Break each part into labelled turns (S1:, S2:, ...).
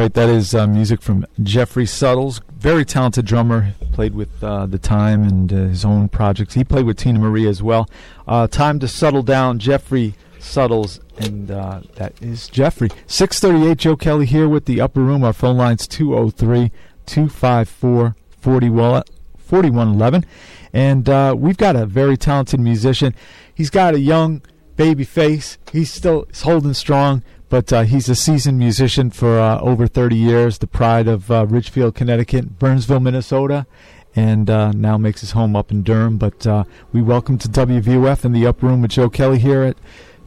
S1: Right, that is uh, music from Jeffrey Suttles, very talented drummer. Played with uh, the Time and uh, his own projects. He played with Tina Marie as well. Uh, time to settle down, Jeffrey Suttles, and uh, that is Jeffrey. Six thirty-eight. Joe Kelly here with the Upper Room. Our phone lines 203-254-4111. and uh, we've got a very talented musician. He's got a young baby face. He's still he's holding strong, but uh, he's a seasoned musician for uh, over 30 years, the pride of uh, Ridgefield, Connecticut, Burnsville, Minnesota, and uh, now makes his home up in Durham. But uh, we welcome to WVUF in the Up Room with Joe Kelly here at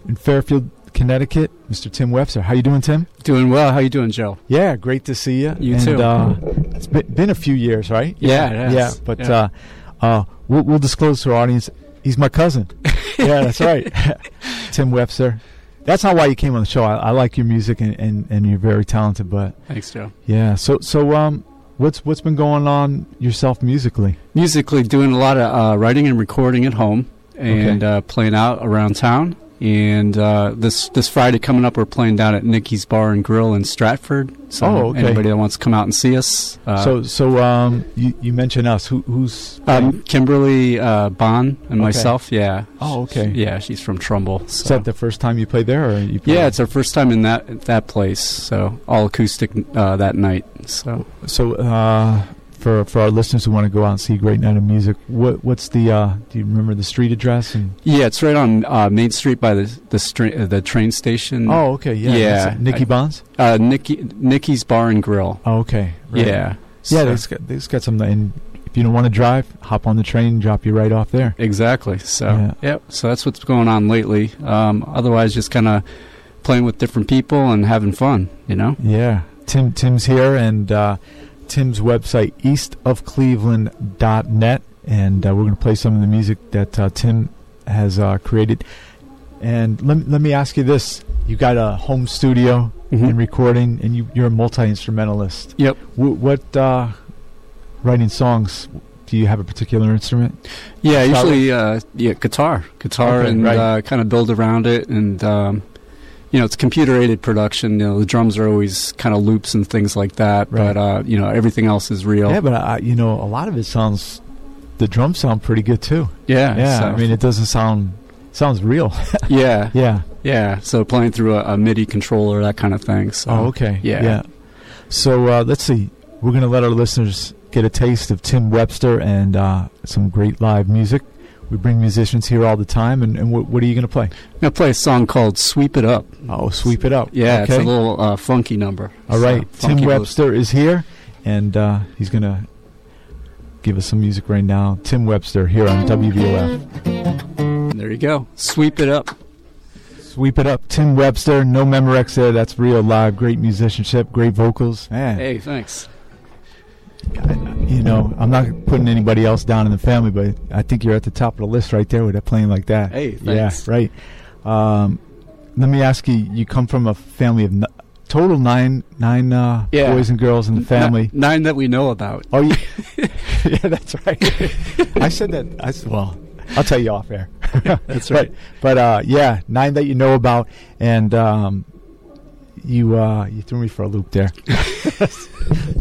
S1: in Fairfield, Connecticut, Mr. Tim Webster. How you doing, Tim?
S2: Doing well. How you doing, Joe?
S1: Yeah, great to see you.
S2: You
S1: and,
S2: too.
S1: Uh, it's been, been a few years, right?
S2: Yeah, it has.
S1: yeah. But
S2: Yeah.
S1: Uh, uh, we'll, we'll disclose to our audience, he's my cousin. yeah, that's right, Tim Webster. That's not why you came on the show. I, I like your music and, and, and you're very talented. But
S2: Thanks, Joe.
S1: yeah, so so um, what's what's been going on yourself musically?
S2: Musically, doing a lot of uh, writing and recording at home, and uh, playing out around town. And uh, this this Friday coming up, we're playing down at Nikki's Bar and Grill in Stratford. So
S1: Oh, okay.
S2: anybody that wants to come out and see us, uh,
S1: so so um, you, you mentioned us. Who who's
S2: um, Kimberly uh, Bond and myself. Yeah.
S1: Oh, okay.
S2: Yeah, she's from Trumbull.
S1: is
S2: So.
S1: that the first time you played there? Or you played?
S2: yeah, it's our first time in that that place, so all acoustic uh, that night. So
S1: So, uh, for for our listeners who want to go out and see a great night of music, what what's the uh, do you remember the street address? And
S2: yeah, it's right on uh, Main Street by the the, stra- uh, the train station.
S1: oh, okay, yeah,
S2: Yeah.
S1: that's it. Nicky
S2: I-
S1: Bonds.
S2: Uh, Nikki, Nikki's Bar and Grill.
S1: Oh, okay, right.
S2: Yeah.
S1: yeah.
S2: So-
S1: It's got it's got something. And if you don't want to drive, hop on the train, drop you right off there.
S2: exactly. So,
S1: Yeah.
S2: yep. So that's what's going on lately. Um, otherwise, just kind of playing with different people and having fun, you know?
S1: Yeah, Tim Tim's here, and uh, Tim's website eastofcleveland.net, and uh, we're going to play some of the music that uh, Tim has uh, created. And let me- let me ask you this: You got a home studio Mm-hmm.
S2: Mm-hmm.
S1: and recording, and you, you're a multi instrumentalist.
S2: Yep.
S1: What, what uh, writing songs? Do you have a particular instrument?
S2: Yeah,
S1: Solid.
S2: usually uh, yeah, guitar, guitar,
S1: Okay,
S2: and
S1: right.
S2: uh, kind of build around it, and um, you know, it's computer aided production. You know, the drums are always kind of loops and things like that,
S1: Right.
S2: but uh, you know, everything else is real.
S1: Yeah, but I, you know, a lot of it sounds. The drums sound pretty good too.
S2: Yeah,
S1: Yeah,
S2: so-
S1: I mean, it doesn't sound sounds real.
S2: yeah,
S1: yeah.
S2: yeah. So playing through a, a MIDI controller, that kind of thing. So
S1: Oh, okay.
S2: yeah.
S1: Yeah. So uh, let's see. We're going to let our listeners get a taste of Tim Webster and uh, some great live music. We bring musicians here all the time. And, and what, what are you going to play?
S2: I'm gonna play a song called "Sweep It Up."
S1: Oh, sweep it up.
S2: Yeah,
S1: Okay.
S2: it's a little uh, funky number.
S1: all
S2: So,
S1: right. Tim
S2: funky blues.
S1: Webster is here, and uh, he's going to give us some music right now. Tim Webster here on WVOF.
S2: There you go. Sweep it up.
S1: Sweep it up. Tim Webster, no Memorex there. That's real live. Great musicianship, great vocals. Man.
S2: Hey, thanks.
S1: you know, I'm not putting anybody else down in the family, but I think you're at the top of the list right there with that plane like that.
S2: Hey,
S1: yeah,
S2: thanks.
S1: right. Um, let me ask you: You come from a family of n- total nine nine uh,
S2: Yeah.
S1: boys and girls in the family.
S2: N- nine that we know about.
S1: Oh, you, yeah, that's right. I said that. I s- well, I'll tell you off air.
S2: That's
S1: But, but uh, yeah, nine that you know about, and um, you uh, you threw me for a loop there.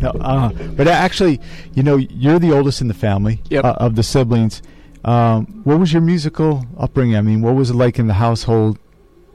S1: no, uh, but actually, you know, you're the oldest in the family
S2: Yep.
S1: uh, of the siblings. Um, what was your musical upbringing? I mean, what was it like in the household?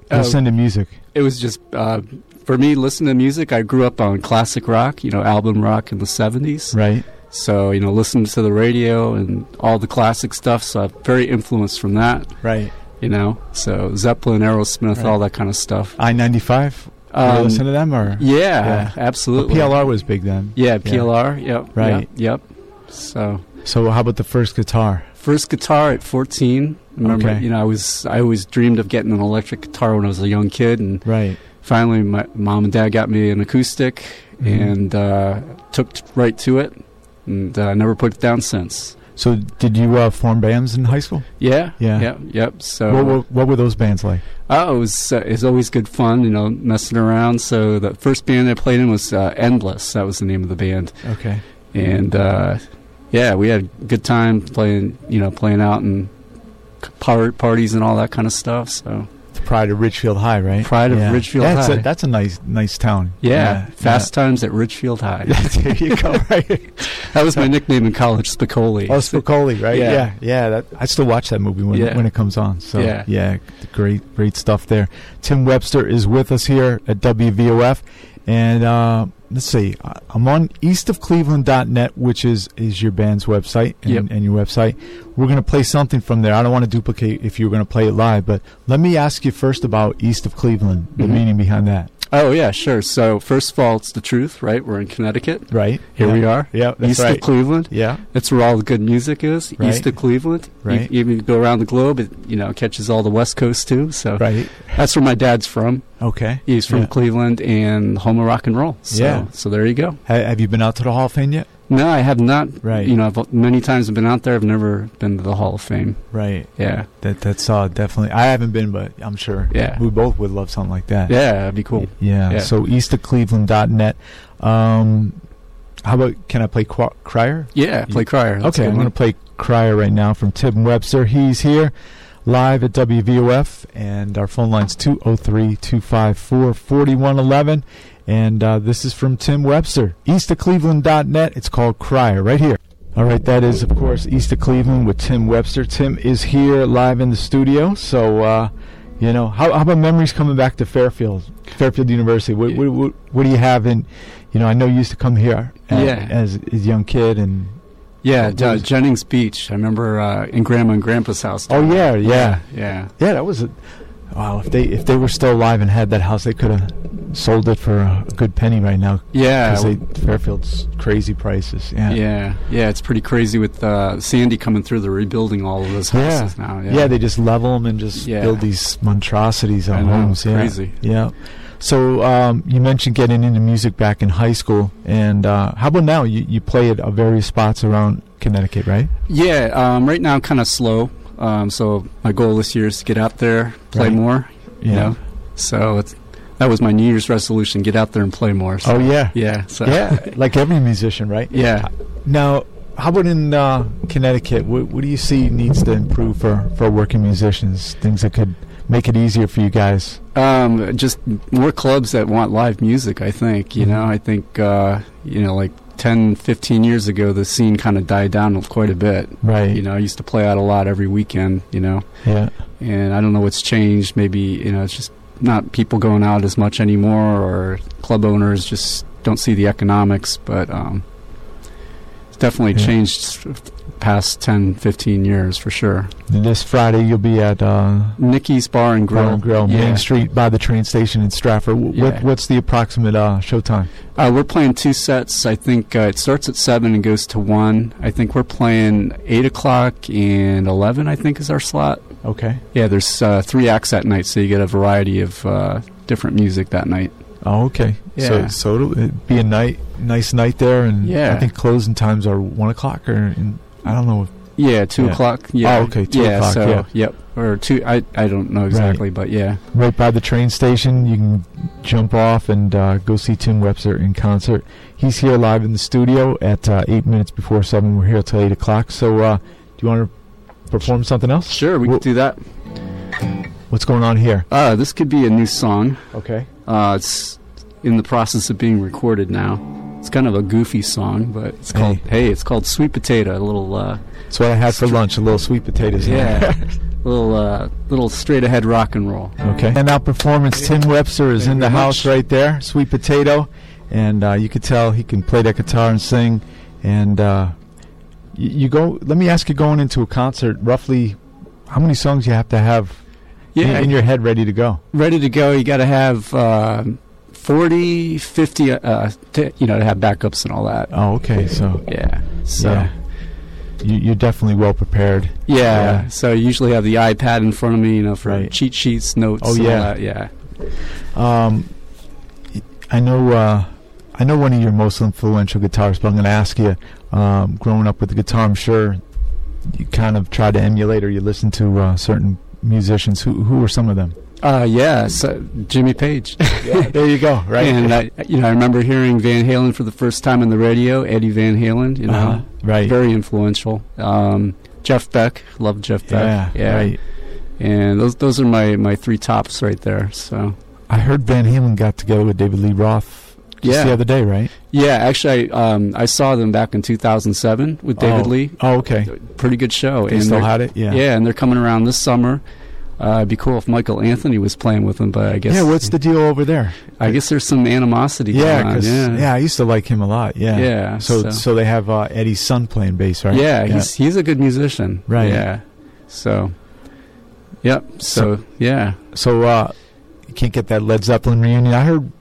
S2: Oh.
S1: Listen to music.
S2: it was just uh, for me listening to music i grew up on classic rock you know album rock in the 70s
S1: Right.
S2: so you know listening to the radio and all the classic stuff so i'm very influenced from that
S1: Right.
S2: you know so zeppelin aerosmith
S1: Right.
S2: all that kind of stuff
S1: I ninety five.
S2: Um,
S1: Listen to them or
S2: yeah,
S1: Yeah.
S2: absolutely
S1: PLR was big then.
S2: yeah plr yep
S1: Right.
S2: yep, yep. so
S1: So how about the first guitar?
S2: first guitar at 14 remember
S1: Okay.
S2: you know i was i always dreamed of getting an electric guitar when i was a young kid and
S1: Right.
S2: finally my mom and dad got me an acoustic
S1: Mhm.
S2: and uh, took t- right to it and uh, never put it down since
S1: So did you uh, form bands in high school?
S2: yeah
S1: Yeah.
S2: yep, yep. so
S1: What, were, what were those bands like?
S2: oh it was, uh, it was always good fun you know messing around so the first band i played in was uh, endless that was the name of the band
S1: Okay.
S2: and uh, yeah we had a good time playing you know playing out and c- par- parties and all that kind of stuff so
S1: Pride of Ridgefield High, right?
S2: Pride of
S1: Yeah.
S2: Ridgefield
S1: that's
S2: High.
S1: A, that's a nice, nice town.
S2: yeah, Fast Times at Ridgefield High.
S1: Yeah. there you go. Right.
S2: that was my nickname in college, Spicoli.
S1: Oh, Spicoli, right?
S2: Yeah.
S1: yeah. yeah, that, I still watch that movie when
S2: Yeah.
S1: when it comes on. So
S2: Yeah.
S1: great, great stuff there. Tim Webster is with us here at WVOF, and uh, let's see, I- I'm on eastofcleveland.net, which is is your band's website and,
S2: Yep.
S1: and your website. We're gonna play something from there. I don't want to duplicate if you were gonna play it live, but let me ask you first about East of Cleveland, the
S2: Mhm.
S1: meaning behind that,
S2: Oh, yeah, sure. So, first of all, it's the truth, right? We're in Connecticut.
S1: right?
S2: Here
S1: yeah.
S2: we are.
S1: Yeah, that's
S2: east
S1: right.
S2: of Cleveland.
S1: yeah,
S2: That's where all the good music is.
S1: Right.
S2: East of Cleveland. You-
S1: Right.
S2: You, even go around the globe, it you know catches all the West Coast too. So
S1: right.
S2: that's where my dad's from.
S1: Okay.
S2: He's from
S1: Yeah.
S2: Cleveland and home of rock and roll. So,
S1: Yeah.
S2: So there you go.
S1: Ha- have you been out to the Hall of Fame yet?
S2: No, I have not.
S1: Right.
S2: You know, I've, many times I've been out there. I've never been to the Hall of Fame.
S1: Right.
S2: Yeah.
S1: That that's uh, definitely. I haven't been, but I'm sure.
S2: Yeah.
S1: we both would love something like that.
S2: Yeah, that'd be cool.
S1: Yeah.
S2: Yeah.
S1: So eastofcleveland.net. Um, how about can I play Qua Crier?
S2: Yeah. Play Crier. That's
S1: okay,
S2: a
S1: I'm
S2: good
S1: going to
S2: one.
S1: play Crier right now from Tim Webster. He's here live at WVOF, and our phone line's 203-254-4111. And uh, this is from Tim Webster, eastofcleveland.net. It's called Crier right here. All right, that is, of course, East of Cleveland with Tim Webster. Tim is here live in the studio. So, uh, you know, how, how about memories coming back to Fairfield, Fairfield University? What, what, what, what do you have in, you know, I know you used to come here as,
S2: Yeah.
S1: as a young kid and
S2: Yeah,
S1: What
S2: uh,
S1: was-
S2: Jennings Beach. I remember uh, in Grandma and Grandpa's house.
S1: Oh yeah, yeah,
S2: Yeah.
S1: yeah. That was a wow. If they if they were still alive and had that house, they could have sold it for a good penny right now
S2: Yeah.
S1: because they Fairfield's crazy prices. Yeah.
S2: Uh, Yeah, yeah, it's pretty crazy with uh, Sandy coming through. They're rebuilding all of those
S1: Yeah.
S2: houses now. Yeah,
S1: Yeah, they just level them and just
S2: Yeah.
S1: build these monstrosities
S2: I
S1: on
S2: know,
S1: homes. Yeah.
S2: crazy.
S1: Yeah. So um, you mentioned getting into music back in high school, and uh, how about now? You you play at uh, various spots around Connecticut, right?
S2: yeah. Um, right now, kind of slow. Um, so my goal this year is to get out there, play
S1: Right.
S2: more. You know, so it's, that was my New Year's resolution: get out there and play more. So,
S1: Oh yeah.
S2: yeah, so,
S1: Yeah, like every musician, right?
S2: yeah.
S1: Now, how about in uh, Connecticut? What, what do you see needs to improve for, for working musicians? Things that could make it easier for you guys.
S2: Um, just more clubs that want live music. I think you
S1: Mm-hmm.
S2: know. I think uh, you know, like 10, 15 years ago, the scene kind of died down quite a bit.
S1: Right.
S2: You know, I used to play out a lot every weekend. You know.
S1: Yeah.
S2: and I don't know what's changed. Maybe you know it's just not people going out as much anymore, or club owners just don't see the economics. But um, it's definitely
S1: Yeah.
S2: changed s- past 10, 15 years for sure.
S1: And this Friday, you'll be at uh,
S2: Nikki's Bar and Grill,
S1: Bar and Grill,
S2: yeah.
S1: Main Street by the train station in Stratford. Wh-
S2: Yeah.
S1: What, what's the approximate uh, show time?
S2: Uh, we're playing two sets. I think uh, it starts at seven and goes to one. I think we're playing eight o'clock and eleven. I think is our slot.
S1: Okay.
S2: Yeah, there's uh, three acts that night, so you get a variety of uh, different music that night.
S1: Oh, okay. So,
S2: Yeah.
S1: so it'll it'd be a night, nice night there, and
S2: Yeah.
S1: I think closing times are one o'clock, or in, I don't know.
S2: Yeah, two
S1: Yeah.
S2: o'clock. Yeah.
S1: Oh, okay, two
S2: yeah,
S1: o'clock,
S2: So,
S1: yeah.
S2: Yep. Or two. I I don't know exactly, but yeah.
S1: Right by the train station, you can jump off and uh, go see Tim Webster in concert. He's here live in the studio at uh, eight minutes before seven. We're here till eight o'clock. So, uh, do you want to perform something else?
S2: Sure, we
S1: Well-
S2: could do that.
S1: What's going on here?
S2: Uh, this could be a new song.
S1: Okay.
S2: Uh, it's in the process of being recorded now. It's kind of a goofy song, but it's
S1: Hey.
S2: called Hey. It's called Sweet Potato. A little uh,
S1: That's what I had for lunch: a little sweet potatoes. and-
S2: yeah, little uh, little straight ahead rock and roll.
S1: Okay. And now performance. Tim Webster is
S2: Thank
S1: in
S2: you
S1: the
S2: very
S1: house
S2: much.
S1: right there. Sweet potato, and uh, you could tell he can play that guitar and sing. And uh, y- you go. Let me ask you: going into a concert, roughly, how many songs you have to have? in,
S2: Yeah,
S1: in your head ready to go.
S2: ready to go. You got to have uh, 40, 50, uh, to, you know, to have backups and all that.
S1: Oh, okay. So
S2: Yeah. So.
S1: Yeah. you, you're definitely well prepared.
S2: Yeah.
S1: Yeah.
S2: So I usually have the iPad in front of me, you know, for
S1: Right.
S2: cheat sheets, notes.
S1: Oh,
S2: and all
S1: yeah.
S2: that, yeah.
S1: Um, I know. Uh, I know one of your most influential guitarists, but I'm going to ask you. Um, growing up with the guitar, I'm sure you kind of try to emulate or you listen to uh, certain musicians. Who who were some of them?
S2: Uh, yeah. So Jimmy Page.
S1: there you go. Right.
S2: and I, you know, I remember hearing Van Halen for the first time on the radio. Eddie Van Halen. You know,
S1: Uh-huh. Right.
S2: very influential. Um, Jeff Beck. Love Jeff Beck.
S1: yeah, Right.
S2: and those those are my my three tops right there. So
S1: I heard Van Halen got together with David Lee Roth just
S2: Yeah.
S1: the other day, right?
S2: yeah, actually, I um I saw them back in 2007 with David
S1: Oh.
S2: Lee.
S1: Oh, okay.
S2: Pretty good show.
S1: They
S2: and
S1: still
S2: they're-
S1: had it, yeah.
S2: yeah, and they're coming around this summer. Uh, it'd be cool if Michael Anthony was playing with them, but I guess
S1: Yeah, what's the deal over there?
S2: I guess there's some animosity.
S1: Yeah,
S2: going on.
S1: 'cause-
S2: yeah,
S1: yeah, I used to like him a lot. Yeah,
S2: Yeah,
S1: So, so,
S2: so-
S1: they have uh, Eddie's son playing bass, right?
S2: Yeah, he's he's a good musician.
S1: Right.
S2: Yeah. So. Yep. So, yeah.
S1: So uh, you can't get that Led Zeppelin reunion. I heard,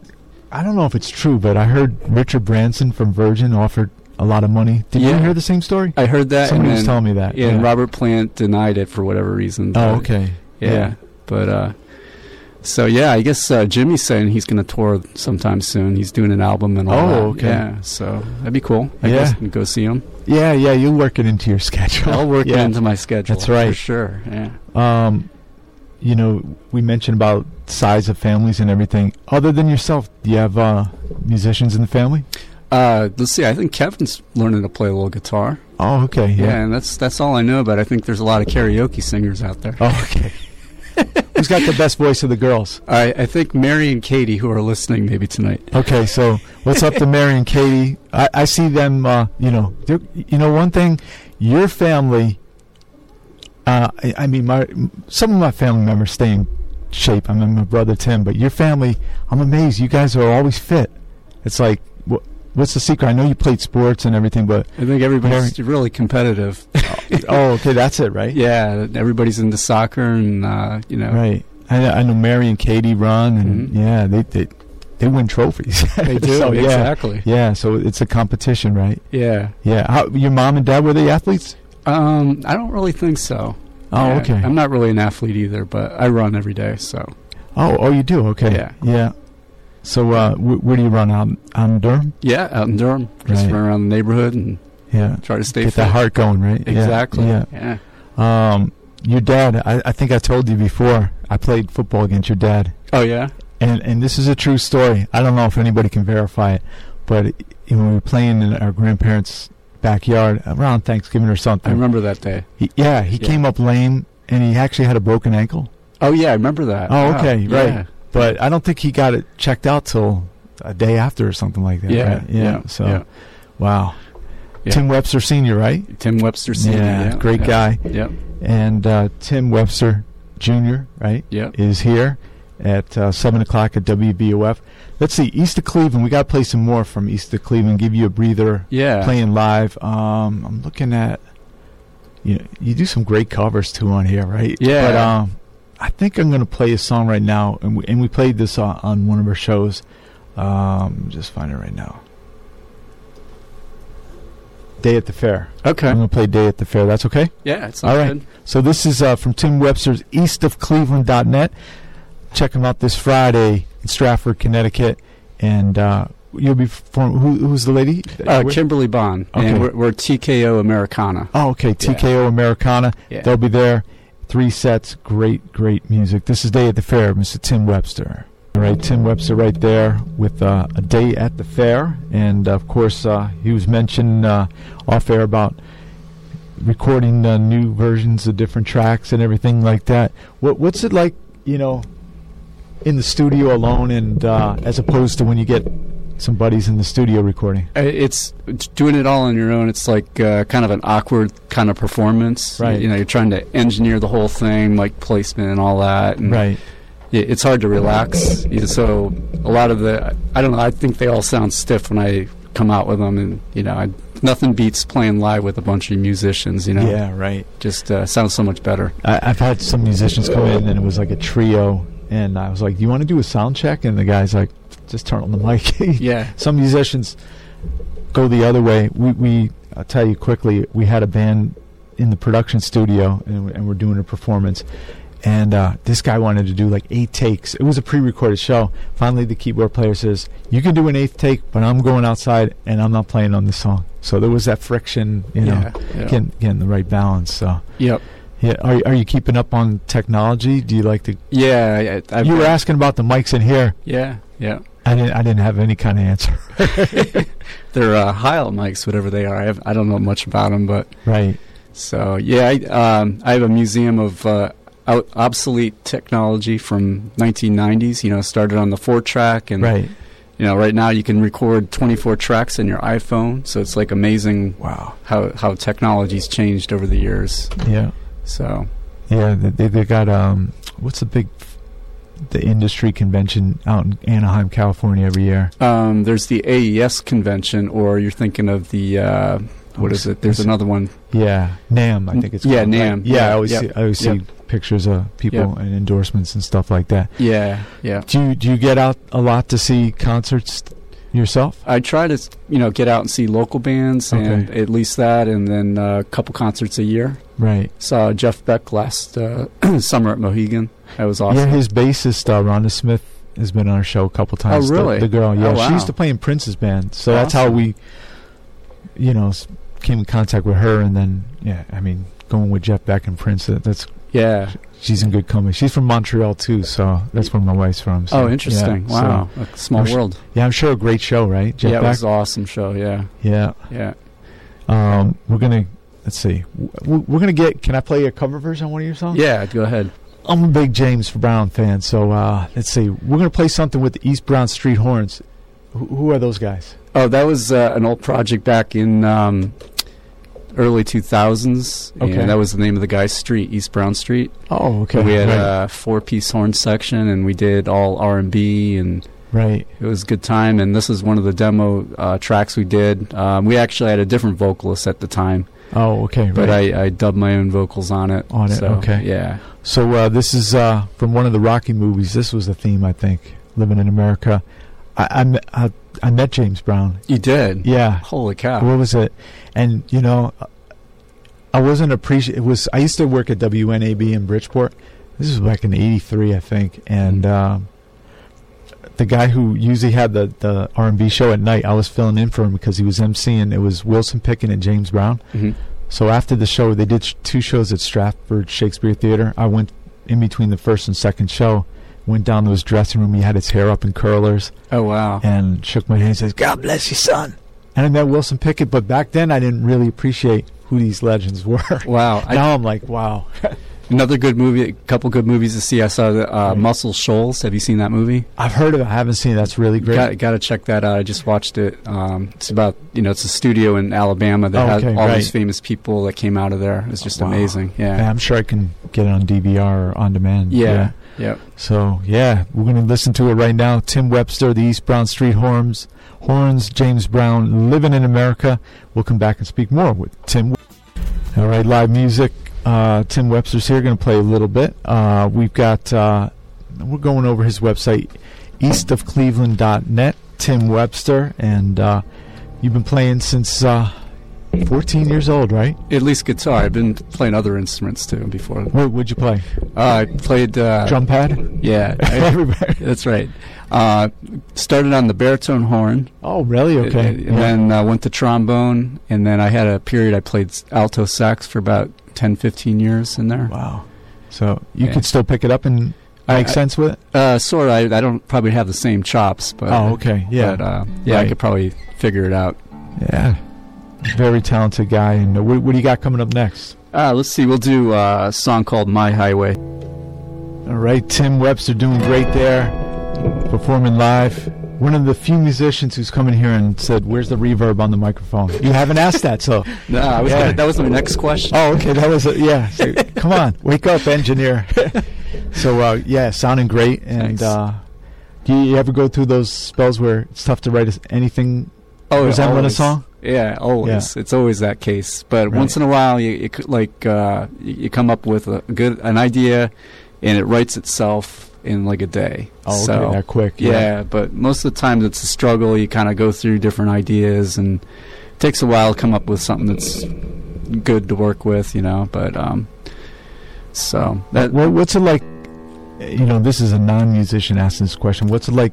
S1: I don't know if it's true, but I heard Richard Branson from Virgin offered a lot of money. Did you
S2: Yeah.
S1: hear the same story?
S2: I heard that.
S1: Somebody
S2: and
S1: was
S2: then,
S1: telling me that.
S2: yeah, and Robert Plant denied it for whatever reason.
S1: Oh,
S2: but-
S1: okay.
S2: Yeah.
S1: Yeah.
S2: But uh, so yeah, I guess uh, Jimmy's saying he's going to tour sometime soon. He's doing an album and all
S1: Oh,
S2: that.
S1: okay.
S2: Yeah. So that'd be cool. I
S1: Yeah.
S2: guess I can go see him.
S1: Yeah, yeah. You work it into your schedule.
S2: I'll work it
S1: yeah.
S2: into my schedule.
S1: That's right.
S2: For sure. Yeah.
S1: Um, you know, we mentioned about size of families and everything. Other than yourself, do you have uh, musicians in the family?
S2: Uh, let's see. I think Kevin's learning to play a little guitar.
S1: Oh, okay.
S2: Yeah.
S1: Yeah.
S2: and that's that's all I know. But I think there's a lot of karaoke singers out there.
S1: Oh, okay. Who's got the best voice of the girls?
S2: I, I think Mary and Katie, who are listening maybe tonight.
S1: Okay, so what's up to Mary and Katie? I, I see them. Uh, you know, they're- you know one thing, your family. Uh, I, I mean, my some of my family members stay in shape. I mean, my brother Tim, but your family, I'm amazed. You guys are always fit. It's like, wh- what's the secret? I know you played sports and everything, but
S2: I think everybody's really competitive.
S1: oh, okay, that's it, right?
S2: yeah, everybody's into soccer and uh, you know
S1: right. I, I know Mary and Katie run, and
S2: Mhm.
S1: yeah, they they they win trophies.
S2: they do
S1: So, yeah,
S2: exactly.
S1: yeah. So it's a competition, right?
S2: Yeah.
S1: Yeah. How, your mom and dad were they athletes?
S2: Um, I don't really think so.
S1: Oh,
S2: Yeah,
S1: okay.
S2: I'm not really an athlete either, but I run every day. So
S1: oh, oh, you do. Okay.
S2: Yeah.
S1: Yeah. So uh, wh- where do you run out? Out in Durham.
S2: yeah, out in Durham, just
S1: Right.
S2: run around the neighborhood and
S1: Yeah.
S2: try to stay
S1: Get
S2: fit.
S1: that heart going, right? Yeah,
S2: Exactly.
S1: Yeah.
S2: yeah.
S1: Um, your dad. I, I think I told you before. I played football against your dad,
S2: Oh yeah.
S1: and and this is a true story. I don't know if anybody can verify it, but you know, we were playing in our grandparents' backyard around Thanksgiving or
S2: I
S1: something.
S2: remember that day.
S1: He, yeah, he
S2: Yeah.
S1: came up lame, and he actually had a broken ankle.
S2: Oh yeah, I remember that.
S1: Oh,
S2: Wow.
S1: okay, right.
S2: Yeah.
S1: but I don't think he got it checked out till a day after or something like that.
S2: Yeah,
S1: right?
S2: yeah,
S1: So
S2: yeah.
S1: wow,
S2: Yeah.
S1: Tim Webster Senior, right?
S2: Tim Webster Senior.
S1: yeah, great guy.
S2: Yep,
S1: And uh, Tim Webster Junior, right,
S2: yep.
S1: is here at uh, seven o'clock at WBOF. Let's see, East of Cleveland. We got to play some more from East of Cleveland. Give you a breather.
S2: Yeah.
S1: Playing live. Um, I'm looking at. You, you do some great covers too on here, right?
S2: Yeah.
S1: But um, I think I'm going to play a song right now, and we, and we played this on, on one of our shows. Um, just find it right now. Day at the Fair.
S2: Okay.
S1: I'm going to play Day at the Fair. That's okay.
S2: Yeah, it's
S1: Mm. All
S2: all
S1: right.
S2: right.
S1: So this is uh, from Tim Webster's East of Cleveland.net. Check him out this Friday in Stratford, Connecticut, and uh, you'll be perform- who, who's the lady?
S2: Uh,
S1: Where-
S2: Kimberly Bond,
S1: Okay.
S2: and we're, we're TKO Americana.
S1: Oh, okay. TKO Americana.
S2: Yeah.
S1: They'll be there. Three sets. Great, great music. This is Day at the Fair, Mr. Tim Webster. All right, Tim Webster right there with uh, a day at the fair. And of course, uh, he was mentioned uh, off air about recording uh, new versions of different tracks and everything like that. What, what's it like, you know, in the studio alone and uh, as opposed to when you get some buddies in the studio recording?
S2: Uh, It's, it's doing it all on your own. It's like uh, kind of an awkward kind of performance.
S1: Right.
S2: You know, you're trying to engineer the whole thing, like placement and all that. And
S1: Right.
S2: it- it's hard to relax. You know, So a lot of the, I don't know. I think they all sound stiff when I come out with them, and you know, I, nothing beats playing live with a bunch of musicians. You know,
S1: Yeah, right.
S2: just uh, sounds so much better.
S1: I, I've had some musicians come in and it was like a trio, and I was like, "Do you want to do a sound check?" And the guy's like, "Just turn on the mic."
S2: Yeah.
S1: Some musicians go the other way. We, we I'll tell you quickly. We had a band in the production studio, and, we- and we're doing a performance. And uh, this guy wanted to do like eight takes. It was a pre-recorded show. Finally, the keyboard player says, "You can do an eighth take, but I'm going outside and I'm not playing on this song." So there was that friction, you know,
S2: yeah. yeah.
S1: getting, getting the right balance. So.
S2: Yep.
S1: Yeah, are are you keeping up on technology? Do you like to?
S2: Yeah. I, I've
S1: you were
S2: been-
S1: asking about the mics in here.
S2: Yeah. Yeah.
S1: I didn't. I didn't have any kind of answer.
S2: They're uh, Heil mics, whatever they are. I, have, I don't know much about them, but
S1: Right.
S2: so yeah. I, um, I have a museum of uh, out- obsolete technology from 1990s. You know, started on the four track, and
S1: Right.
S2: you know, right now you can record 24 tracks in your iPhone. So it's like amazing
S1: Wow.
S2: how how technology's changed over the years.
S1: Yeah.
S2: So
S1: Yeah. They, they- they got um. What's the big, the industry convention out in Anaheim, California every year?
S2: um, there's the AES convention, or you're thinking of the uh, what is it? There's another one.
S1: Yeah, Nam. I think it's
S2: Yeah,
S1: called,
S2: NAMM.
S1: Yeah, I always
S2: Yep.
S1: see, I always see pictures of people
S2: Yep.
S1: and endorsements and stuff like that.
S2: Yeah, yeah.
S1: Do you, do you get out a lot to see concerts yourself?
S2: I try to you know get out and see local bands and at least that, and then uh, a couple concerts a year.
S1: Right.
S2: Saw Jeff Beck last uh, summer at Mohegan. That was
S1: Yeah,
S2: awesome.
S1: his bassist uh, Rhonda Smith has been on our show a couple times. the-
S2: Oh, really?
S1: The, girl. Yeah,
S2: Oh, wow.
S1: she used to play in Prince's band, so that's how
S2: Awesome.
S1: we, you know, s- came in contact with her. And then, yeah, I mean, going with Jeff Beck and Prince, that- that's
S2: Yeah.
S1: she's in good company. She's from Montreal too, so that's where my wife's from. so,
S2: Oh,
S1: yeah,
S2: interesting.
S1: so-
S2: wow. A small
S1: I'm sh-
S2: world.
S1: yeah, I'm sure a great show, right? Jeff
S2: yeah, it
S1: Beck.
S2: was an awesome show. Yeah,
S1: yeah.
S2: yeah.
S1: Um, we're gonna let's see. W- We're gonna get. Can I play a cover version on one of your songs?
S2: Yeah, go ahead.
S1: I'm a big James Brown fan, so uh, let's see. We're gonna play something with the East Brown Street Horns. Wh- who are those guys?
S2: Oh, that was uh, an old project back in um, early 2000s.
S1: Okay.
S2: And that was the name of the guy's street, East Brown Street.
S1: Oh, okay.
S2: We had uh,
S1: right.
S2: a four-piece horn section, and we did all R&B, and
S1: right.
S2: it was a good time. And this is one of the demo uh, tracks we did. Um, we actually had a different vocalist at the time,
S1: Oh, okay.
S2: but
S1: right.
S2: I, I dubbed my own vocals on it.
S1: On it,
S2: so,
S1: okay.
S2: Yeah.
S1: so uh, this is uh, from one of the Rocky movies. This was the theme, I think. Living in America. I I, me- I, I met James Brown.
S2: You did?
S1: Yeah.
S2: Holy cow.
S1: Uh, What was it? And you know, I wasn't appreciative. It was I used to work at WNAB in Bridgeport. This was back in '83, I think. And um, the guy who usually had the the R&B show at night, I was filling in for him because he was emceeing. It was Wilson Pickett and James Brown.
S2: Mhm.
S1: So after the show, they did sh- two shows at Stratford Shakespeare Theater. I went in between the first and second show. Went down to his dressing room. He had his hair up in curlers
S2: Oh, wow.
S1: and shook my hand and says, God bless you, son. And I met Wilson Pickett, but back then I didn't really appreciate who these legends were.
S2: Wow. I-
S1: now I'm like, wow.
S2: another good movie, a couple good moals to see. I saw the, uh,
S1: Right.
S2: Muscle Shoals. Have you seen that movie?
S1: I've heard of it. I haven't seen it. That's really great.
S2: Got, got to check that out. I just watched it. Um, it's about you know it's a studio in Alabama that
S1: Oh,
S2: had
S1: okay,
S2: all
S1: right.
S2: these famous people that came out of there. It's just
S1: Wow.
S2: amazing. Yeah.
S1: And I'm sure I can get it on DVR or on demand.
S2: Yeah. Yep.
S1: So, yeah, we're going to listen to it right now. Tim Webster, the East Brown Street Horns, Horns, James Brown, Living in America. We'll come back and speak more with Tim. All right, live music. Uh, Tim Webster's here, going to play a little bit. Uh, we've got, uh, we're going over his website, eastofcleveland.net, Tim Webster. And uh, you've been playing since uh, 14 years old, right?
S2: At least guitar. I've been playing other instruments too before.
S1: What would you play?
S2: Uh, I played uh,
S1: Drum pad?
S2: Yeah. I-
S1: Everybody.
S2: that's right. Uh, started on the baritone horn.
S1: Oh, really? Okay.
S2: And,
S1: Yeah.
S2: then uh, went to trombone, and then I had a period I played s- alto sax for about 10, 15 years in there.
S1: Wow. So you
S2: Yeah.
S1: could still pick it up and
S2: I-
S1: make
S2: I-
S1: sense with it?
S2: Uh, sort of. I, I don't probably have the same chops, but
S1: oh, okay. Yeah.
S2: But, uh, yeah,
S1: Right.
S2: I could probably figure it out.
S1: yeah. Very talented guy. And uh, what, what do you got coming up next?
S2: Uh, let's see. We'll do uh, a song called "My Highway."
S1: All right. Tim Webster doing great there, performing live. One of the few musicians who's come in here and said, Where's the reverb on the microphone? You haven't asked that, so.
S2: No, I was
S1: Yeah.
S2: gonna- that was my next question.
S1: Oh, okay. That was a, yeah. So, come on, wake up, engineer. so uh, yeah, sounding great. And
S2: Thanks.
S1: uh, do you ever go through those spells where it's tough to write anything
S2: Oh,
S1: resembling a
S2: always.
S1: song?
S2: Yeah, always. It's always that case. But
S1: Right.
S2: once in a while, you, you could, like uh, you, you come up with a good an idea, and it writes itself in like a day.
S1: Oh,
S2: So,
S1: okay, that quick.
S2: yeah. but most of the times it's a struggle. You kind of go through different ideas, and it takes a while to come up with something that's good to work with. You know, but um, so that
S1: What, what's it like? You know, this is a non-musician asking this question. What's it like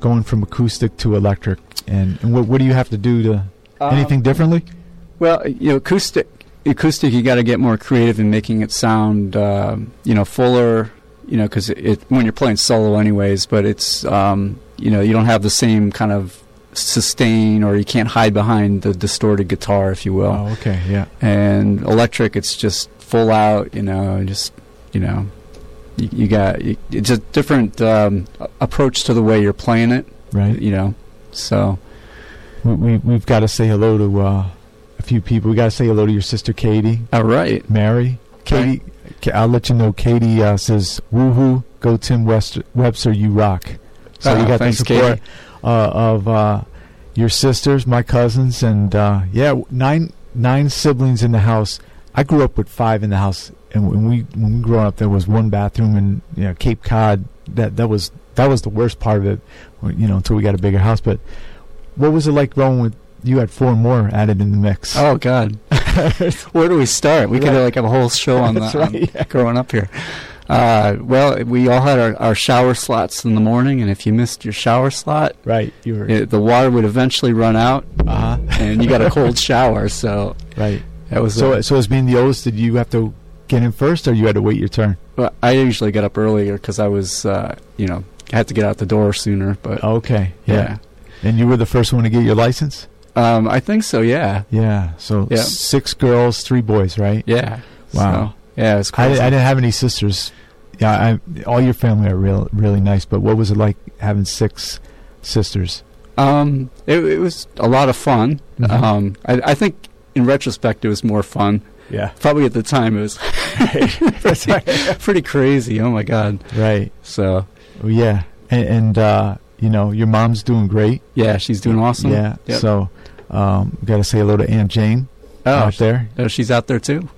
S1: going from acoustic to electric? And, and what, what do you have to do to anything differently?
S2: uh, Well, you know, acoustic, acoustic, you got to get more creative in making it sound, um, you know, fuller. You know, because it, it when you're playing solo, anyways. But it's, um, you know, you don't have the same kind of sustain, or you can't hide behind the distorted guitar, if you will.
S1: oh, okay, yeah,
S2: And electric, it's just full out. You know, and just you know, you, you got you, it's a different um, a- approach to the way you're playing it.
S1: right?
S2: You know, so
S1: We, we we've got to say hello to uh, a few people. We got to say hello to your sister Katie,
S2: all right,
S1: Mary, Katie. Ka- I'll let you know. Katie uh, says, "Woohoo! Go Tim West- Webster, you rock!" So
S2: Ah,
S1: you got
S2: thanks,
S1: the support
S2: Katie.
S1: uh, of uh, your sisters, my cousins, and uh, yeah, w- nine nine siblings in the house. I grew up with five in the house, and when we when we grew up, there was one bathroom in you know, Cape Cod. That that was that was the worst part of it, you know, until we got a bigger house. But what was it like growing with? You had four more added in the mix.
S2: Oh God, where do we start? We could
S1: Right.
S2: like have a whole show on
S1: That's
S2: that.
S1: right, yeah.
S2: Growing up here, uh, well, we all had our, our shower slots in the morning, and if you missed your shower slot,
S1: right, you were.
S2: it, the water would eventually run out,
S1: Uh-huh.
S2: and you got a cold shower. So
S1: Right.
S2: that was
S1: So,
S2: a-
S1: so as being the oldest, did you have to get in first, or you had to wait your turn?
S2: Well, I usually get up earlier because I was, uh, you know, I had to get out the door sooner. But
S1: Okay.
S2: yeah,
S1: And you were the first one to get your license.
S2: Um, I think so. Yeah,
S1: Yeah. So
S2: Yeah.
S1: six girls, three boys, right?
S2: yeah.
S1: Wow.
S2: So, yeah, it's
S1: I, I
S2: crazy.
S1: didn't have any sisters. Yeah. I, all your family are real, really nice. But what was it like having six sisters?
S2: um, it, it was a lot of fun.
S1: Mhm.
S2: Um, I, I think in retrospect, it was more fun.
S1: Yeah.
S2: Probably at the time, it was pretty, pretty crazy. Oh my god.
S1: Right.
S2: So
S1: Well, yeah. And, and uh, you know, your mom's doing great.
S2: yeah, she's doing awesome.
S1: Yeah.
S2: Mm-hmm. Yep.
S1: So, um, got to say hello to Aunt Jane
S2: Oh,
S1: out there.
S2: oh, she's out there too.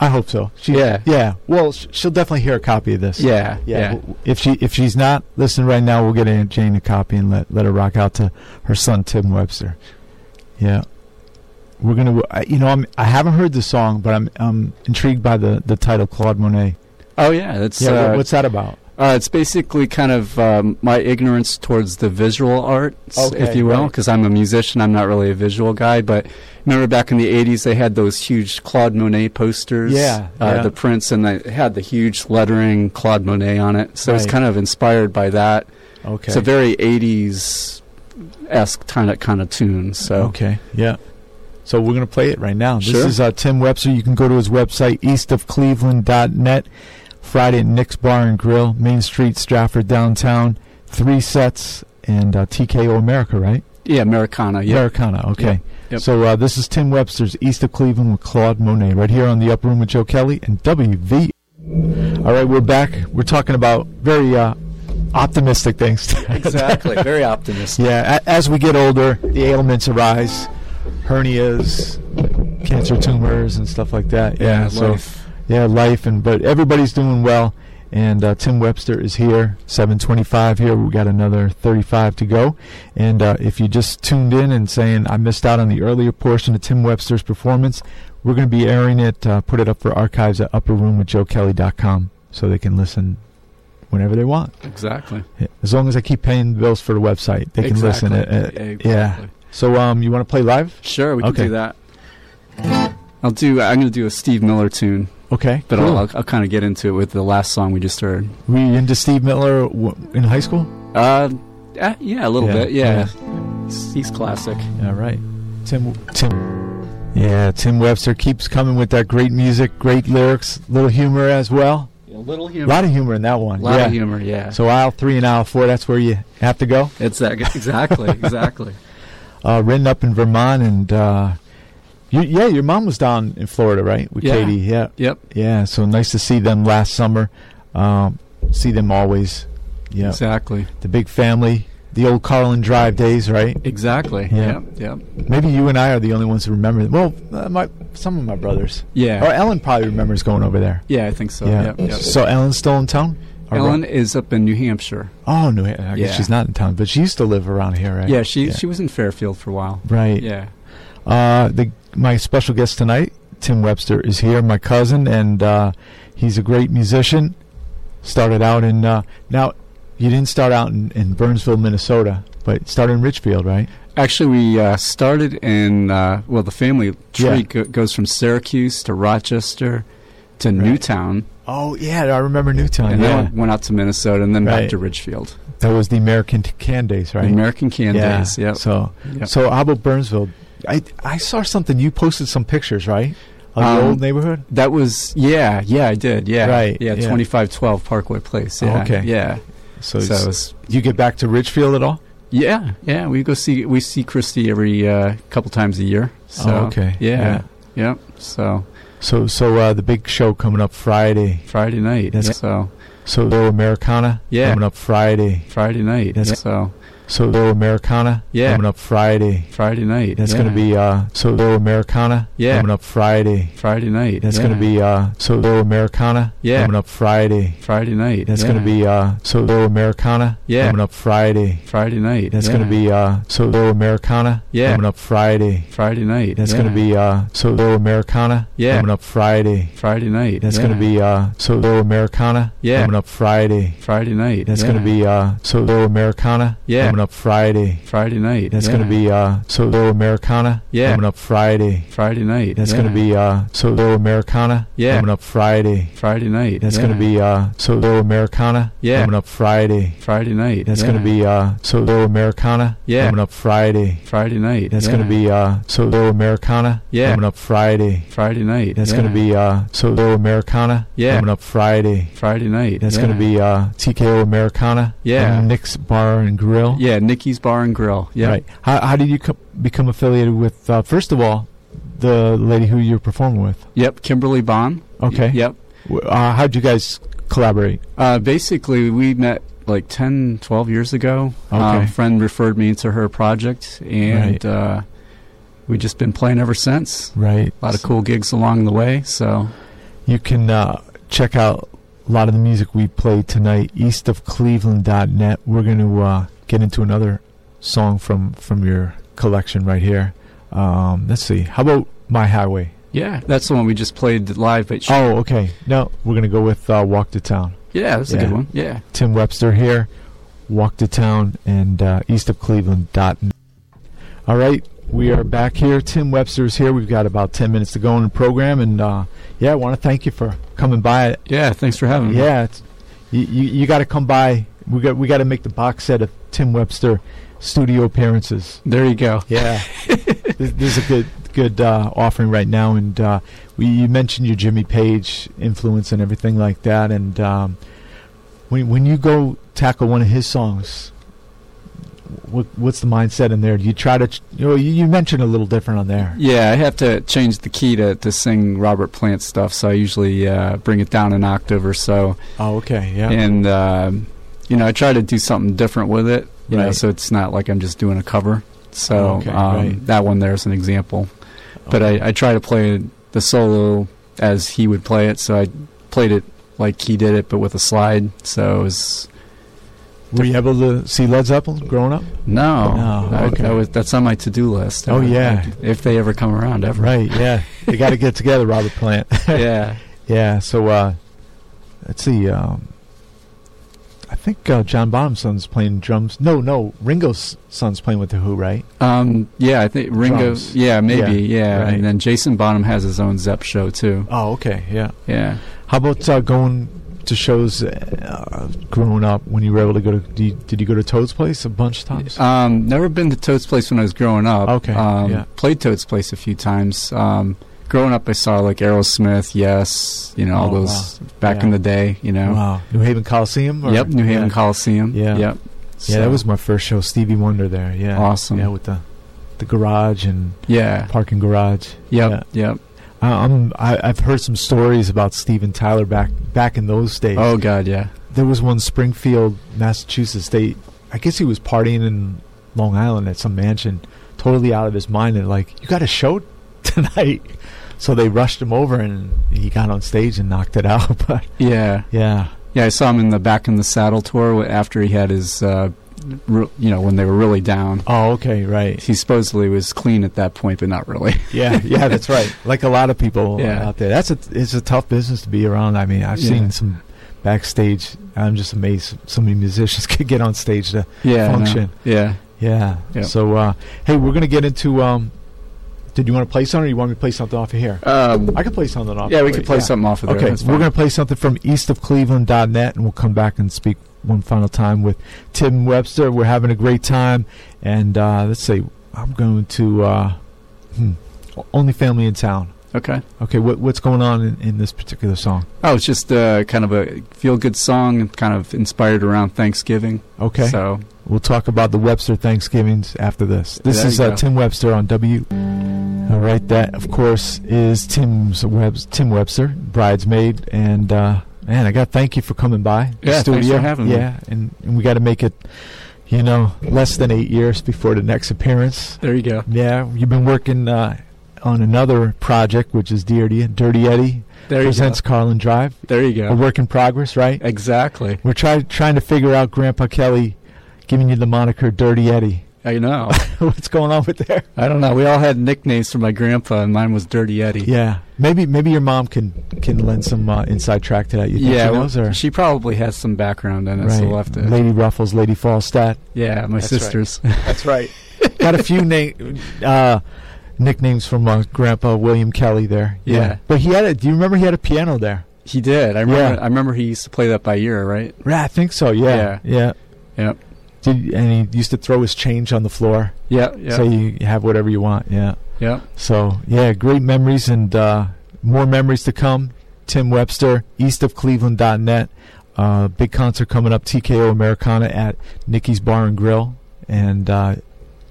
S1: I hope so. She,
S2: Yeah.
S1: Yeah. Well, sh- she'll definitely hear a copy of this.
S2: Yeah.
S1: Yeah.
S2: Yeah.
S1: w- If she if she's not listening right now, we'll get Aunt Jane a copy and let let her rock out to her son Tim Webster. Yeah. We're gonna. I- You know, I'm. I haven't heard the song, but I'm. I'm intrigued by the the title Claude Monet.
S2: Oh yeah. That's
S1: Yeah.
S2: uh,
S1: wha- what's that about?
S2: Uh, it's basically kind of um, my ignorance towards the visual arts,
S1: Okay,
S2: if you will,
S1: right.
S2: because I'm a musician. I'm not really a visual guy, but remember back in the '80s, they had those huge Claude Monet posters,
S1: Yeah,
S2: uh,
S1: yeah.
S2: the prints, and they had the huge lettering Claude Monet on it. So it's
S1: Right.
S2: kind of inspired by that.
S1: Okay.
S2: It's a very '80s esque kind of kind of tune. So
S1: Okay. Yeah. So we're going to play it right now. This
S2: Sure.
S1: is uh, Tim Webster. You can go to his website, eastofcleveland.net. Friday at Nick's Bar and Grill, Main Street, Stratford, downtown. Three sets and uh, TKO America, right?
S2: yeah, Americana. Yeah,
S1: Americana, okay.
S2: Yep.
S1: So uh, this is Tim Webster's East of Cleveland with Claude Monet, right here on the Up Room with Joe Kelly and WV. All right, we're back. We're talking about very uh, optimistic things.
S2: exactly. very optimistic.
S1: Yeah, a- as we get older, the ailments arise, hernias, cancer tumors, and stuff like that. Yeah, so
S2: life.
S1: yeah, life and but everybody's doing well. And uh, Tim Webster is here, 725 here. we got another 35 to go. And uh, if you just tuned in and saying, I missed out on the earlier portion of Tim Webster's performance, we're going to be airing it, uh, put it up for archives at upperroomwithjoekelly.com so they can listen whenever they want.
S2: exactly.
S1: As long as I keep paying the bills for the website, they can
S2: exactly.
S1: listen. Uh, uh,
S2: Exactly.
S1: Yeah. So, um, you want to play live?
S2: Sure, we
S1: Okay.
S2: can do that. I'll do. I'm going to do a Steve Miller tune,
S1: Okay.
S2: but
S1: cool.
S2: I'll, I'll, kind of get into it with the last song we just heard.
S1: Were you into Steve Miller w- in high school?
S2: Uh, eh, yeah, a little
S1: Yeah,
S2: bit. Yeah, He's, he's classic.
S1: All right. Tim. Tim. Yeah, Tim Webster keeps coming with that great music, great lyrics, little humor as well.
S2: A little
S1: A
S2: humor.
S1: lot of humor in that one.
S2: lot
S1: yeah.
S2: of humor. Yeah.
S1: So aisle three and aisle four, that's where you have to go.
S2: it's that exactly, exactly.
S1: Uh, written up in Vermont, and uh, you, yeah, your mom was down in Florida, right? With
S2: Yeah.
S1: Katie. Yeah.
S2: Yep.
S1: Yeah. So nice to see them last summer. Um, see them always. Yeah.
S2: Exactly.
S1: the big family, the old Carlin Drive days, right?
S2: Exactly.
S1: Yeah.
S2: Yep. Yep.
S1: Maybe you and I are the only ones who remember. Them. Well, uh, my some of my brothers,
S2: Yeah.
S1: or Ellen probably remembers going over there.
S2: Yeah, I think so.
S1: yeah.
S2: Yep. yep.
S1: So Ellen's still in town. Or
S2: Ellen
S1: Ro-
S2: is up in New Hampshire.
S1: Oh no, I guess
S2: Yeah.
S1: she's not in town, but she used to live around here, right?
S2: Yeah, she
S1: Yeah.
S2: she was in Fairfield for a while.
S1: Right.
S2: Yeah.
S1: Uh, the my special guest tonight, Tim Webster, is here. My cousin, and uh, he's a great musician. Started out in uh, now, you didn't start out in, in Burnsville, Minnesota, but started in Richfield, right?
S2: Actually, we uh, started in uh, well, the family tree
S1: Yeah.
S2: go- goes from Syracuse to Rochester to Newtown,
S1: Oh yeah, I remember Newtown.
S2: and
S1: Oh, yeah.
S2: then went out to Minnesota, and then
S1: Right.
S2: back to Ridgefield.
S1: That was the American t- Can Days, right?
S2: The American Can
S1: yeah.
S2: days. Yep.
S1: So,
S2: Yep.
S1: so how about Burnsville? I I saw something. You posted some pictures, right? Of the
S2: Um,
S1: old neighborhood?
S2: That was yeah, yeah, I did. Yeah.
S1: Right,
S2: Yeah,
S1: yeah.
S2: 2512 Parkway Place.
S1: Oh,
S2: Yeah.
S1: okay.
S2: Yeah.
S1: So,
S2: so
S1: it's-
S2: it was-
S1: you get back to Ridgefield at all?
S2: yeah, yeah, we go see we see Christy every uh, couple times a year. So
S1: oh, okay.
S2: Yeah. Yep. So
S1: So so uh, the big show coming up Friday.
S2: Friday night.
S1: That's-
S2: so
S1: So Low Americana
S2: Yeah.
S1: coming up Friday.
S2: Friday night.
S1: That's-
S2: so
S1: So Low Americana
S2: Yeah.
S1: coming up Friday.
S2: Friday night.
S1: That's
S2: yeah.
S1: going to be uh, so Low Americana
S2: Yeah.
S1: coming up Friday.
S2: Friday night.
S1: That's
S2: yeah.
S1: going to be uh, so Low Americana
S2: Yeah.
S1: coming up Friday.
S2: Friday night.
S1: That's
S2: yeah.
S1: going to be uh, so Low Americana
S2: Yeah.
S1: coming up Friday.
S2: Friday night.
S1: That's
S2: yeah.
S1: going to be uh, so Low Americana
S2: Yeah.
S1: coming up Friday.
S2: Friday night.
S1: That's
S2: yeah.
S1: going to be uh, so Low Americana
S2: Yeah.
S1: coming up Friday.
S2: Friday night.
S1: That's
S2: yeah.
S1: going to be uh, so Low Americana
S2: Yeah.
S1: coming up Friday.
S2: Friday night.
S1: That's
S2: yeah.
S1: going to be uh, so Low Americana
S2: Yeah.
S1: coming up Friday.
S2: Friday night.
S1: That's
S2: yeah.
S1: going to be uh, so Low Americana
S2: Yeah.
S1: coming up Friday.
S2: Friday night.
S1: That's
S2: yeah.
S1: going to be uh, so Low Americana
S2: Yeah.
S1: coming up Friday.
S2: Friday night.
S1: That's
S2: yeah.
S1: going to be uh, so Low Americana
S2: Yeah.
S1: coming up Friday.
S2: Friday night.
S1: That's
S2: yeah.
S1: going to be uh, so Low Americana
S2: Yeah.
S1: coming up Friday.
S2: Friday night.
S1: That's
S2: yeah.
S1: going to be uh, so Low Americana
S2: Yeah.
S1: coming up Friday.
S2: Friday night.
S1: That's
S2: yeah.
S1: going to be uh, so Low Americana
S2: Yeah.
S1: coming up Friday.
S2: Friday night.
S1: That's
S2: yeah.
S1: going to be uh, TKO Americana.
S2: Yeah.
S1: and Nick's Bar and Grill.
S2: Yeah, Nikki's Bar and Grill. Yeah.
S1: Right. How, how did you co- become affiliated with, uh, first of all, the lady who you're performing with?
S2: Yep. Kimberly Bond.
S1: Okay.
S2: Yep.
S1: W- Uh, how'd you guys collaborate?
S2: Uh, basically, we met like 10, 12 years ago. Uh,
S1: Okay.
S2: a friend referred me to her project, and
S1: Right.
S2: uh, we've just been playing ever since.
S1: Right.
S2: A lot of cool gigs along the way. So,
S1: You can uh, check out a lot of the music we played tonight, eastofcleveland.net. We're going to uh, get into another song from, from your collection right here. Um, let's see. How about My Highway?
S2: yeah, that's the one we just played live. But
S1: Oh, okay. No, we're going to go with uh, Walk to Town.
S2: yeah, that's
S1: Yeah.
S2: a good one. Yeah.
S1: Tim Webster here, Walk to Town and uh, east of Cleveland.net. All right, we are back here. Tim Webster is here. We've got about 10 minutes to go in the program. And uh, yeah, I want to thank you for coming by.
S2: Yeah. Thanks for having me.
S1: Yeah, it's, you, you, you got to come by. We got we got to make the box set of Tim Webster studio appearances.
S2: There you go.
S1: Yeah, this, this is a good good uh, offering right now, and uh, we, you mentioned your Jimmy Page influence and everything like that, and um, when when you go tackle one of his songs, what, what's the mindset in there? Do you try to ch- you know you, you mentioned a little different on there,
S2: Yeah, I have to change the key to, to sing Robert Plant stuff, so I usually uh, bring it down an octave or so.
S1: oh okay, yeah,
S2: And, um you know, I try to do something different with it, you know,
S1: Right. Oh,
S2: so it's not like I'm just doing a cover. So
S1: Okay,
S2: um,
S1: right.
S2: that one there is an example. But I, I try to play the solo as he would play it, so I played it like he did it, but with a slide. So it was.
S1: were you able to see Led Zeppelin growing up?
S2: No,
S1: No,
S2: I-
S1: Oh, okay.
S2: I was, that's on my to-do list. Uh,
S1: Oh, yeah.
S2: if they ever come around, ever.
S1: Right, yeah, they got to get together, Robert Plant.
S2: yeah,
S1: Yeah, so uh, let's see. Um, I think uh, John Bonham's son's playing drums. No, no, Ringo's son's playing with the Who, right?
S2: Um, yeah, I think Ringo.
S1: Drums.
S2: Yeah, maybe. Yeah,
S1: right.
S2: and then Jason Bonham has his own Zep show too.
S1: Oh, okay, yeah.
S2: Yeah.
S1: How about uh, going to shows uh, growing up when you were able to go to? Did you, did you go to Toad's Place a bunch of times?
S2: Um, never been to Toad's Place when I was growing up.
S1: Okay,
S2: Um,
S1: yeah.
S2: Played Toad's Place a few times. Um, growing up, I saw like Aerosmith, Yes, you know all
S1: Oh,
S2: those back in
S1: Yeah.
S2: the day. You know.
S1: Wow, New Haven Coliseum. Or?
S2: Yep, New Haven
S1: Yeah.
S2: Coliseum.
S1: Yeah.
S2: Yep.
S1: yeah,
S2: So,
S1: that was my first show. Stevie Wonder there. Yeah,
S2: awesome.
S1: Yeah, with the the garage and
S2: Yeah.
S1: parking garage.
S2: Yep. Yep.
S1: I, Uh, I'm I, I've heard some stories about Steven Tyler back back in those days.
S2: Oh God, yeah.
S1: there was one Springfield, Massachusetts. They, I guess he was partying in Long Island at some mansion, totally out of his mind, and like, you got a show tonight. So they rushed him over, and he got on stage and knocked it out. But
S2: Yeah.
S1: yeah,
S2: Yeah, I saw him in the Back in the Saddle tour after he had his, uh, re- you know, when they were really down.
S1: oh, okay, right,
S2: he supposedly was clean at that point, but not really.
S1: yeah, yeah, that's right. Like a lot of people
S2: Yeah.
S1: out there, that's a it's a tough business to be around. I mean, I've
S2: Yeah.
S1: seen some backstage. I'm just amazed so many musicians could get on stage to
S2: Yeah, I know.
S1: Function.
S2: Yeah,
S1: Yeah.
S2: Yeah.
S1: So, uh, hey, we're gonna get into. Um, did you want to play something, or you want me to play something off of here?
S2: um,
S1: I could play something off.
S2: yeah, we
S1: of
S2: could
S1: it,
S2: play something off of there.
S1: Okay,
S2: that's
S1: we're
S2: fine.
S1: gonna play something from eastofcleveland.net, and we'll come back and speak one final time with Tim Webster. We're having a great time, and uh, let's see, I'm going to uh, hmm, only family in town.
S2: Okay.
S1: Okay, what, what's going on in, in this particular song?
S2: Oh, it's just uh, kind of a feel good song, kind of inspired around Thanksgiving.
S1: Okay,
S2: So
S1: we'll talk about the Webster Thanksgivings after this. This
S2: There
S1: is
S2: you
S1: uh,
S2: go.
S1: Tim Webster on W. All right, that of course is Tim's Webs- Tim Webster, bridesmaid, and uh, man, I got to thank you for coming by. the
S2: Yeah, thanks
S1: studio.
S2: for having me.
S1: Yeah, and, and we got to make it, you know, less than eight years before the next appearance.
S2: there you go.
S1: Yeah, you've been working uh, on another project, which is Dirty Dirty Eddie
S2: There you go.
S1: presents Carlin Drive.
S2: There you
S1: A
S2: go.
S1: work in progress, right?
S2: Exactly.
S1: We're trying trying to figure out Grandpa Kelly giving you the moniker Dirty Eddie.
S2: I know.
S1: What's going on with there?
S2: I don't know. We all had nicknames for my grandpa, and mine was Dirty Eddie.
S1: Yeah, maybe maybe your mom can can lend some uh, inside track to that. You think
S2: Yeah,
S1: she
S2: well,
S1: knows, or
S2: she probably has some background in it, so we'll have to.
S1: Lady Ruffles, Lady Falstadt.
S2: Yeah, my
S1: That's right.
S2: sisters.
S1: That's right. Got a few na- uh, nicknames from uh, Grandpa William Kelly there.
S2: Yeah.
S1: but he had a. Do you remember he had a piano there?
S2: He did. I remember.
S1: Yeah.
S2: I remember he used to play that by ear, right?
S1: Yeah, I think so. Yeah, yeah,
S2: Yep.
S1: Did, and he used to throw his change on the floor,
S2: Yeah, yeah,
S1: so you have whatever you want. Yeah.
S2: yeah.
S1: So yeah, great memories and uh, more memories to come. Tim Webster, eastofcleveland.net. Uh, big concert coming up, TKO Americana at Nikki's Bar and Grill, and uh,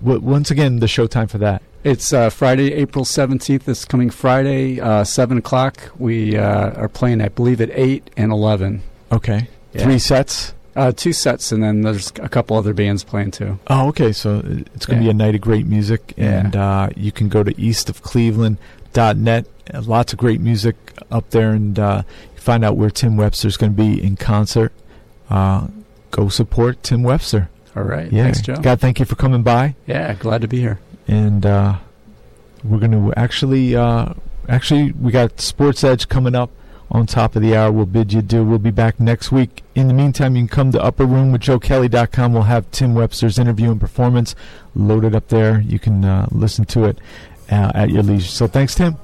S1: w- once again the showtime for that.
S2: It's uh, Friday, April seventeenth. This coming Friday, uh, seven o'clock. We uh, are playing, I believe, at eight and eleven.
S1: Okay,
S2: Yeah.
S1: three sets.
S2: Uh, two sets, and then there's a couple other bands playing too.
S1: Oh, okay. So it's going to be
S2: Yeah.
S1: a night of great music,
S2: Yeah.
S1: and uh, you can go to eastofcleveland.net. Uh, Lots of great music up there, and uh, you find out where Tim Webster's going to be in concert. Uh, go support Tim Webster.
S2: All right.
S1: Yeah.
S2: Thanks, Joe.
S1: God, thank you for coming by.
S2: yeah, glad to be here.
S1: And uh, we're going to actually, uh, actually, we got Sports Edge coming up on top of the hour. We'll bid you adieu. We'll be back next week. In the meantime, you can come to Upper Room with JoeKelly.com. We'll have Tim Webster's interview and performance loaded up there. You can uh, listen to it uh, at your leisure. So thanks, Tim.